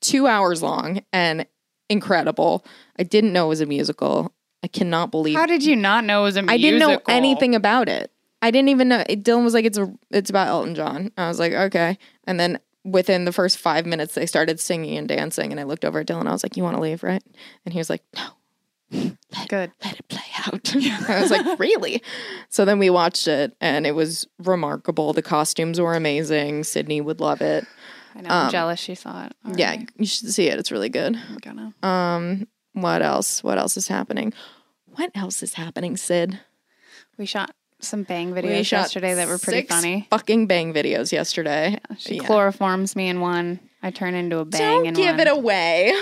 S1: 2 hours long and incredible. I didn't know it was a musical. I cannot believe
S2: How did you not know it was a musical?
S1: I didn't know anything about it. I didn't even know. It, Dylan was like, "It's a, it's about Elton John." I was like, "Okay." And then within the first five minutes, they started singing and dancing, and I looked over at Dylan. I was like, "You want to leave, right?" And he was like, "No."
S2: Good.
S1: let it play [LAUGHS] out. I was
S2: [LAUGHS]
S1: like, really? So then we watched it and it was remarkable. The costumes were amazing. Sydney would love it.
S2: I know. I'm jealous she saw it. All
S1: Yeah,
S2: right,
S1: you should see it. It's really good.
S2: I'm gonna.
S1: What else? What else is happening? What else is happening, Sid?
S2: we shot some bang videos yesterday that were pretty
S1: six
S2: funny.
S1: Fucking bang videos yesterday.
S2: She
S1: Yeah.
S2: chloroforms me in one. I turn into a bang
S1: Don't
S2: in
S1: give
S2: one.
S1: it away.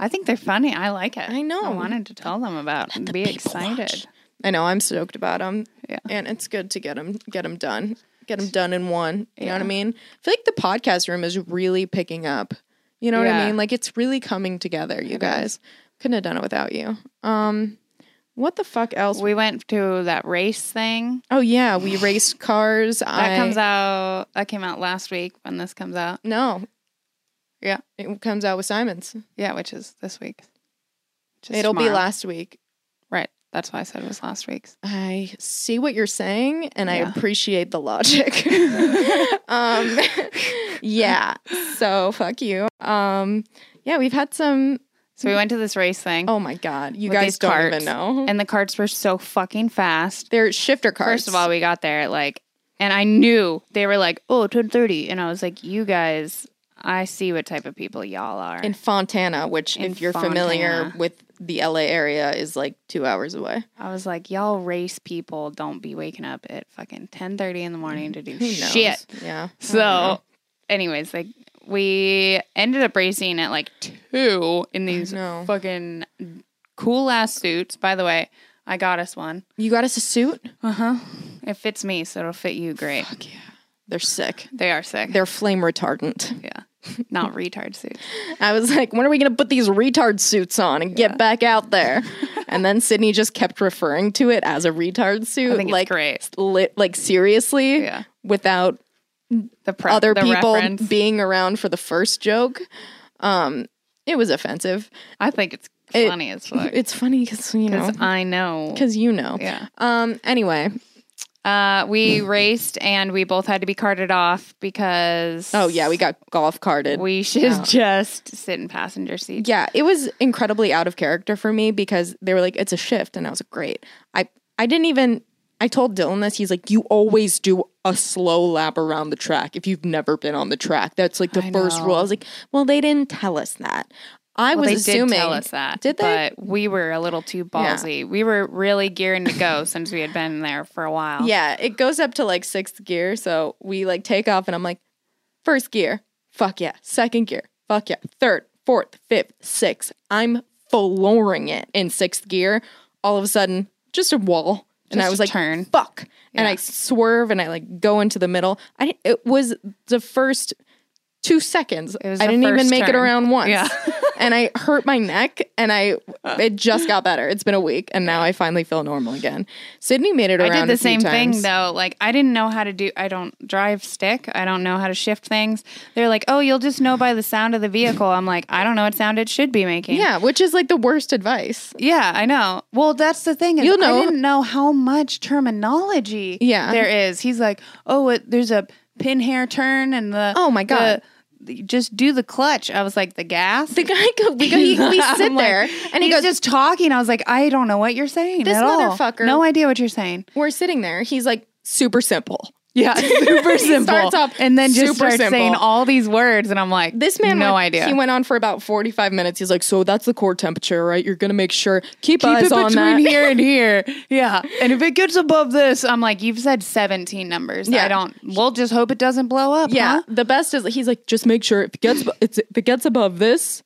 S2: I think they're funny. I like it.
S1: I know.
S2: I wanted to tell them about. and be excited.
S1: I know. I'm stoked about them.
S2: Yeah.
S1: and it's good to get them get them done, get them done in one. You know what I mean? I feel like the podcast room is really picking up. You know what I
S2: Yeah.
S1: mean? Like it's really coming together. You guys couldn't have done it without you. Um, what the fuck else?
S2: We went to that race thing
S1: oh yeah, we raced cars.
S2: that comes out. That came out last week when this comes out.
S1: No,
S2: Yeah,
S1: it comes out with Simons.
S2: yeah, which is this week. Which is
S1: It'll be
S2: tomorrow.
S1: last week.
S2: Right. That's why I said it was last week's.
S1: I see what you're saying and I
S2: Yeah.
S1: appreciate the
S2: [LAUGHS]
S1: logic. [LAUGHS] um yeah. So fuck you. Um yeah, we've had some
S2: So we went to this race thing.
S1: Mm. oh my god, you
S2: with
S1: guys
S2: these
S1: don't
S2: carts,
S1: even know.
S2: And the carts were so fucking fast.
S1: They're shifter carts.
S2: First of all, we got there at like, and I knew they were like, oh, 1030. And I was like, you guys, I see what type of people y'all are.
S1: in Fontana, which
S2: In
S1: if you're familiar
S2: Fontana.
S1: with the LA area is like 2 hours away.
S2: I was like, y'all race people don't be waking up at fucking 1030 in the morning to do
S1: Who knows?
S2: shit.
S1: Yeah.
S2: So, anyways, like, we ended up racing at like two in these
S1: know.
S2: fucking cool ass suits. By the way, I got us one.
S1: You got us a suit?
S2: It fits me, so it'll fit you great.
S1: They're sick.
S2: They are sick.
S1: They're flame retardant.
S2: yeah. Not retard suits.
S1: I was like, when are we going to put these retard suits on and get back out
S2: [LAUGHS]
S1: there? and then Sydney just kept referring to it as a retard suit.
S2: think it's
S1: like,
S2: great.
S1: s- Li- like, seriously?
S2: Yeah.
S1: Without
S2: the pre-
S1: other
S2: the
S1: people
S2: reference.
S1: being around for the first joke. Um, it was offensive.
S2: I think it's
S1: It-
S2: funny
S1: [LAUGHS]
S2: as fuck.
S1: It's funny because you know,
S2: Because I know.
S1: because you know.
S2: Yeah.
S1: Um. Anyway.
S2: Uh,
S1: [LAUGHS]
S2: we raced and we both had to be carted off because.
S1: Oh yeah, we got golf carded.
S2: We should just sit in passenger seats.
S1: yeah, it was incredibly out of character for me because they were like, "It's a shift," and I was like, "Great." I I didn't even. I told Dylan this. He's like, "You always do a slow lap around the track if you've never been on the track. That's like the
S2: I
S1: first rule." I
S2: know.
S1: was like, "Well, they didn't tell us that." I
S2: Well,
S1: was
S2: they
S1: assuming
S2: did tell us that.
S1: Did they?
S2: But we were a little too ballsy. We were really gearing to
S1: [LAUGHS]
S2: go since we had been there for a while.
S1: Yeah, it goes up to like sixth gear. So we like take off, and I'm like, first gear, fuck yeah. Second gear, fuck yeah. Third, fourth, fifth, sixth. I'm flooring it in sixth gear. All of a sudden, just a wall. and
S2: Just
S1: I was
S2: a
S1: like,
S2: turn.
S1: fuck. And
S2: Yeah.
S1: I swerve and I like go into the middle. I it was the first two seconds.
S2: It was
S1: I
S2: the
S1: didn't even
S2: first
S1: make it
S2: turn.
S1: around once.
S2: Yeah.
S1: and I hurt my neck and I it just got better. It's been a week and now I finally feel normal again. Sydney made it
S2: I
S1: around.
S2: did
S1: a few
S2: the same thing
S1: times.
S2: though. Like I didn't know how to do. I don't drive stick. I don't know how to shift things. They're like, oh, you'll just know by the sound of the vehicle. I'm like, I don't know what sound it should be making.
S1: Yeah, which is like the worst advice.
S2: Yeah, I know. Well, that's the thing. Is
S1: You'll know.
S2: I didn't know how much terminology
S1: Yeah.
S2: there is. He's like, oh, it, there's a pin hair turn and the
S1: Oh, my God.
S2: the- the- just do the clutch. I was like, the gas.
S1: The guy, go, we, go, he,
S2: [LAUGHS]
S1: we
S2: I'm
S1: sit
S2: like-
S1: there and he
S2: he's
S1: goes,
S2: just talking. I was like, I don't know what you're saying.
S1: This
S2: at all.
S1: motherfucker-
S2: No idea what
S1: [LAUGHS]
S2: you're saying.
S1: We're sitting there. He's like, super simple.
S2: Yeah, [LAUGHS] super simple.
S1: starts off
S2: and then just
S1: super
S2: starts
S1: simple.
S2: saying all these words, and I'm like,
S1: This man,
S2: no
S1: went-
S2: idea.
S1: He went on for about 45 minutes. He's like, so that's the core temperature, right? You're going to make sure, keep,
S2: Keep
S1: eyes
S2: it
S1: on
S2: between
S1: that.
S2: here and here. [LAUGHS] Yeah. And if it gets above this, I'm like, you've said 17 numbers.
S1: Yeah.
S2: I don't, we'll just hope it doesn't blow up.
S1: Yeah.
S2: huh?
S1: The best is he's like, just make sure if it gets, it's, if it gets above this,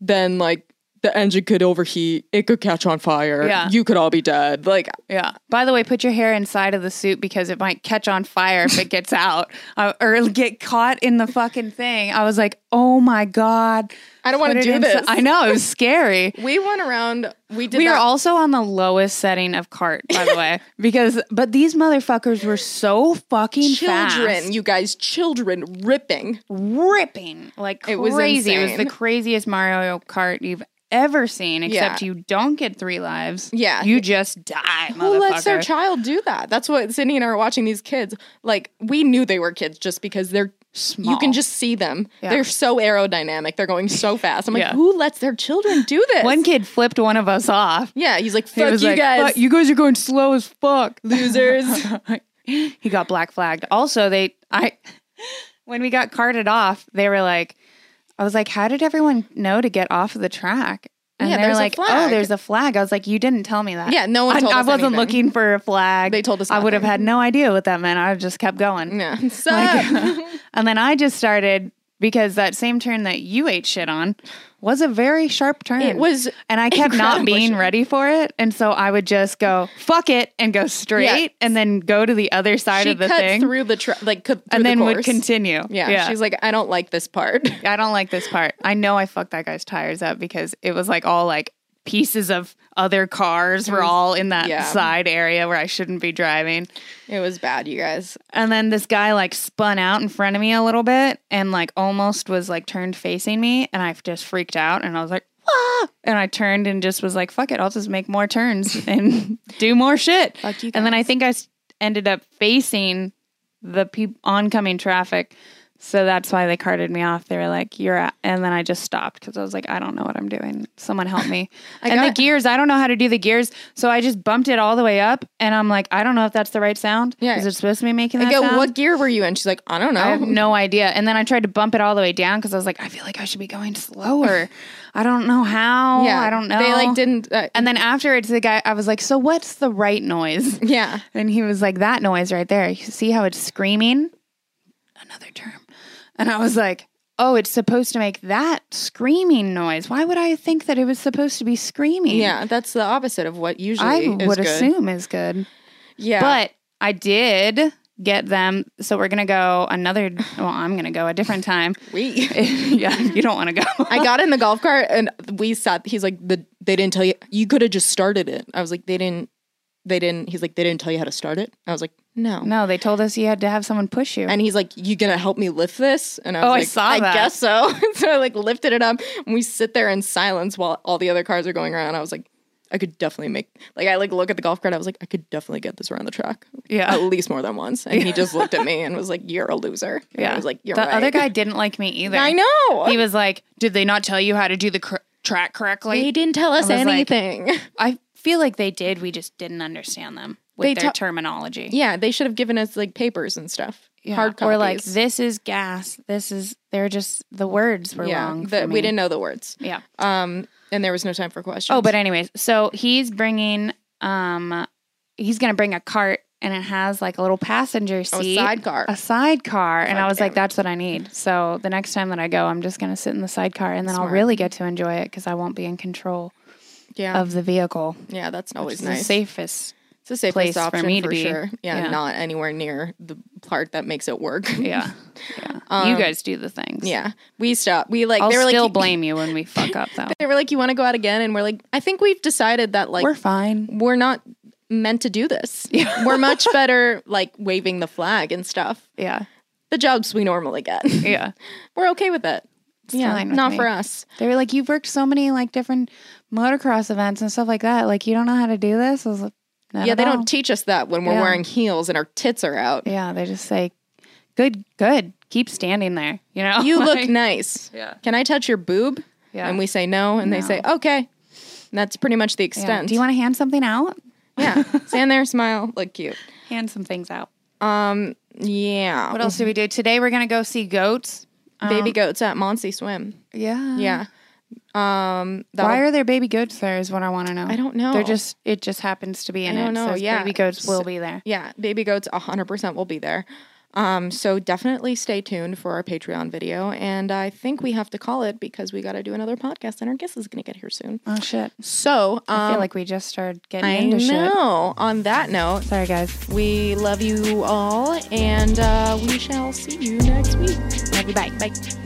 S1: then like the engine could overheat. It could catch on fire.
S2: Yeah.
S1: You could all be dead. Like,
S2: Yeah. By the way, put your hair inside of the suit because it might catch on fire if it gets out [LAUGHS] uh, or get caught in the fucking thing. I was like, oh my God.
S1: I don't wanna
S2: Put it
S1: do
S2: inside-
S1: this.
S2: I know. It was scary.
S1: we went around, [LAUGHS] we did
S2: We
S1: that-
S2: are also on the lowest setting of cart, by the
S1: [LAUGHS]
S2: way, because but these motherfuckers were so fucking
S1: children,
S2: fast.
S1: you guys, children ripping.
S2: ripping like crazy.
S1: It
S2: It
S1: was
S2: was,
S1: insane.
S2: the craziest Mario Kart you've ever seen, except
S1: Yeah.
S2: you don't get three lives.
S1: Yeah.
S2: You just die.
S1: Who lets their
S2: motherfucker.
S1: child do that? That's what Sydney and I are watching these kids. Like we knew they were kids just because they're small. You can just see them.
S2: Yeah.
S1: They're so aerodynamic. They're going so fast. I'm like,
S2: Yeah.
S1: who lets their children do this?
S2: One kid flipped one of us off.
S1: yeah, he's like,
S2: He
S1: fuck
S2: was
S1: you
S2: like,
S1: guys,
S2: "Fuck, you guys are going slow as fuck. [LAUGHS]
S1: losers.
S2: he got black flagged. Also, they I when we got carted off, they were like, I was like, how did everyone know to get off of the track? And
S1: Yeah,
S2: they were
S1: there's a
S2: like, oh,
S1: flag.
S2: there's a flag. I was like, you didn't tell me that.
S1: Yeah, no one
S2: I,
S1: told
S2: I
S1: us
S2: wasn't
S1: anything.
S2: looking for a flag.
S1: They told us
S2: I would have
S1: nothing.
S2: had no idea what that meant. I just kept going.
S1: yeah. So
S2: And then I just started because that same turn that you ate shit on was a very sharp turn.
S1: it was
S2: And I kept not
S1: incredibly
S2: being
S1: sharp.
S2: ready for it. And so I would just go, fuck it, and go straight and then go to the other side
S1: she
S2: of the
S1: cut
S2: thing.
S1: through the tra- like cut through
S2: and
S1: the
S2: then would
S1: course.
S2: continue.
S1: Yeah, she's like, I don't like this part. [LAUGHS]
S2: I don't like this part. I know I fucked that guy's tires up because it was like all like pieces of other cars were all in that
S1: Mm-hmm. yeah.
S2: side area where I shouldn't be driving.
S1: it was bad, you guys.
S2: And then this guy like spun out in front of me a little bit and like almost was like turned facing me. And I just freaked out and I was like, ah! And I turned and just was like, fuck it, I'll just make more turns and [LAUGHS] do more shit.
S1: Fuck you
S2: And then I
S1: guys.
S2: think I s- ended up facing the pe- oncoming traffic. So that's why they carted me off. They were like, you're out. And then I just stopped because I was like, I don't know what I'm doing. Someone help
S1: [LAUGHS]
S2: me. and
S1: got-
S2: the gears, I don't know how to do the gears. So I just bumped it all the way up. And I'm like, I don't know if that's the right sound.
S1: Yeah.
S2: Is it supposed to be making that
S1: I go,
S2: sound?
S1: what gear were you in? She's like, I don't know.
S2: I have no idea. And then I tried to bump it all the way down because I was like, I feel like I should be
S1: [LAUGHS]
S2: going slower. I don't know how.
S1: yeah,
S2: I don't know.
S1: They like didn't. Uh,
S2: And then afterwards, the guy, I was like, so what's the right noise?
S1: yeah,
S2: And he was like, that noise right there. You see how it's screaming? Another term. And I was like, oh, it's supposed to make that screaming noise. Why would I think that it was supposed to be screaming?
S1: yeah. That's the opposite of what usually
S2: I
S1: is
S2: would
S1: good.
S2: assume is good.
S1: Yeah,
S2: But I did get them. So we're going to go another, well, I'm going to go a
S1: [LAUGHS]
S2: different time.
S1: we.
S2: yeah, you don't want to go.
S1: I got in the golf cart and we sat. He's like, the, they didn't tell you. You could have just started it. I was like, they didn't. They didn't. He's like, they didn't tell you how to start it. I was like, No.
S2: No, they told us you had to have someone push you.
S1: And he's like, "You gonna help me lift this?" And I was
S2: Oh, I
S1: like,
S2: saw
S1: I
S2: that.
S1: guess so." [LAUGHS] so I like lifted it up, and we sit there in silence while all the other cars are going around. I was like, "I could definitely make." Like I like look at the golf cart. I was like, "I could definitely get this around the track."
S2: Yeah.
S1: at least more than once. And he just looked at me and was like, "You're a loser." And I was like, "You're
S2: the
S1: right."
S2: other guy didn't like me
S1: [LAUGHS]
S2: either.
S1: I know.
S2: He was like, "Did they not tell you how to do the cr- track correctly?"
S1: they didn't tell us
S2: I was like-
S1: anything. [LAUGHS]
S2: I feel like they did. We just didn't understand them with
S1: They
S2: their
S1: ta-
S2: terminology.
S1: yeah, they should have given us like papers and stuff. Hard copies.
S2: Or like, this is gas. This is. They're just the words were
S1: yeah,
S2: wrong.
S1: the-
S2: for
S1: we
S2: me.
S1: didn't know the words.
S2: Yeah.
S1: Um, and there was no time for questions.
S2: Oh, but anyways, so he's bringing. Um, he's gonna bring a cart, and it has like a little passenger
S1: Oh,
S2: seat.
S1: sidecar.
S2: a sidecar and i
S1: Fuck
S2: was like
S1: yeah.
S2: that's what i need so the next time that i go i'm just going to sit in the sidecar and then
S1: Smart.
S2: i'll really get to enjoy it because i won't be in control
S1: yeah,
S2: of the vehicle
S1: yeah, that's always
S2: it's
S1: nice.
S2: the safest
S1: It's a safest
S2: place for
S1: option for,
S2: me to be.
S1: sure. Yeah,
S2: Yeah.
S1: not anywhere near the part that makes it work. [LAUGHS]
S2: yeah yeah
S1: Um,
S2: you guys do the things
S1: yeah. We stopped. We like
S2: i'll
S1: they were
S2: still
S1: like
S2: blame you when we fuck [LAUGHS] up though
S1: They were like, "You want to go out again?" And we're like, "I think we've decided that like
S2: we're
S1: we're,
S2: fine
S1: not meant to do
S2: [LAUGHS]
S1: this. we're much better like waving the flag and stuff.
S2: yeah
S1: The jobs we normally get. [LAUGHS]
S2: yeah
S1: we're okay with it. yeah,
S2: fine with
S1: not
S2: me.
S1: for us.
S2: they were like you've worked so many like different motocross events and stuff like that like you don't know how to do this i was like "Not
S1: yeah,
S2: at
S1: they
S2: all."
S1: don't teach us that when we're
S2: Yeah.
S1: wearing heels and our tits are out.
S2: yeah they just say good good keep standing there you know [LAUGHS]
S1: You look
S2: Like-
S1: nice.
S2: Yeah.
S1: Can I touch your boob?
S2: Yeah.
S1: And we say no, and they
S2: No.
S1: say okay. And that's pretty much the
S2: Yeah.
S1: extent.
S2: do you want to hand something out
S1: Yeah. Stand there, smile, look cute.
S2: hand some things out.
S1: Yeah.
S2: What else do we do? Today we're gonna go see goats. Um,
S1: Baby goats at Monsey Swim.
S2: Yeah.
S1: Yeah. Um that'll-
S2: Why are there baby goats there is what I wanna know. I
S1: don't know.
S2: They're just it just happens to be in
S1: I
S2: it.
S1: don't know,
S2: Says
S1: yeah.
S2: Baby goats will be there.
S1: yeah, baby goats 100% will be there. Um so definitely stay tuned for our Patreon video and I think we have to call it because we got to do another podcast and our guest is going to get here soon.
S2: Oh shit.
S1: So, um
S2: I feel like we just started getting
S1: I
S2: into shit.
S1: know. On that note,
S2: Sorry guys.
S1: we love you all and uh, we shall see you next week.
S2: Love you. Bye. Bye.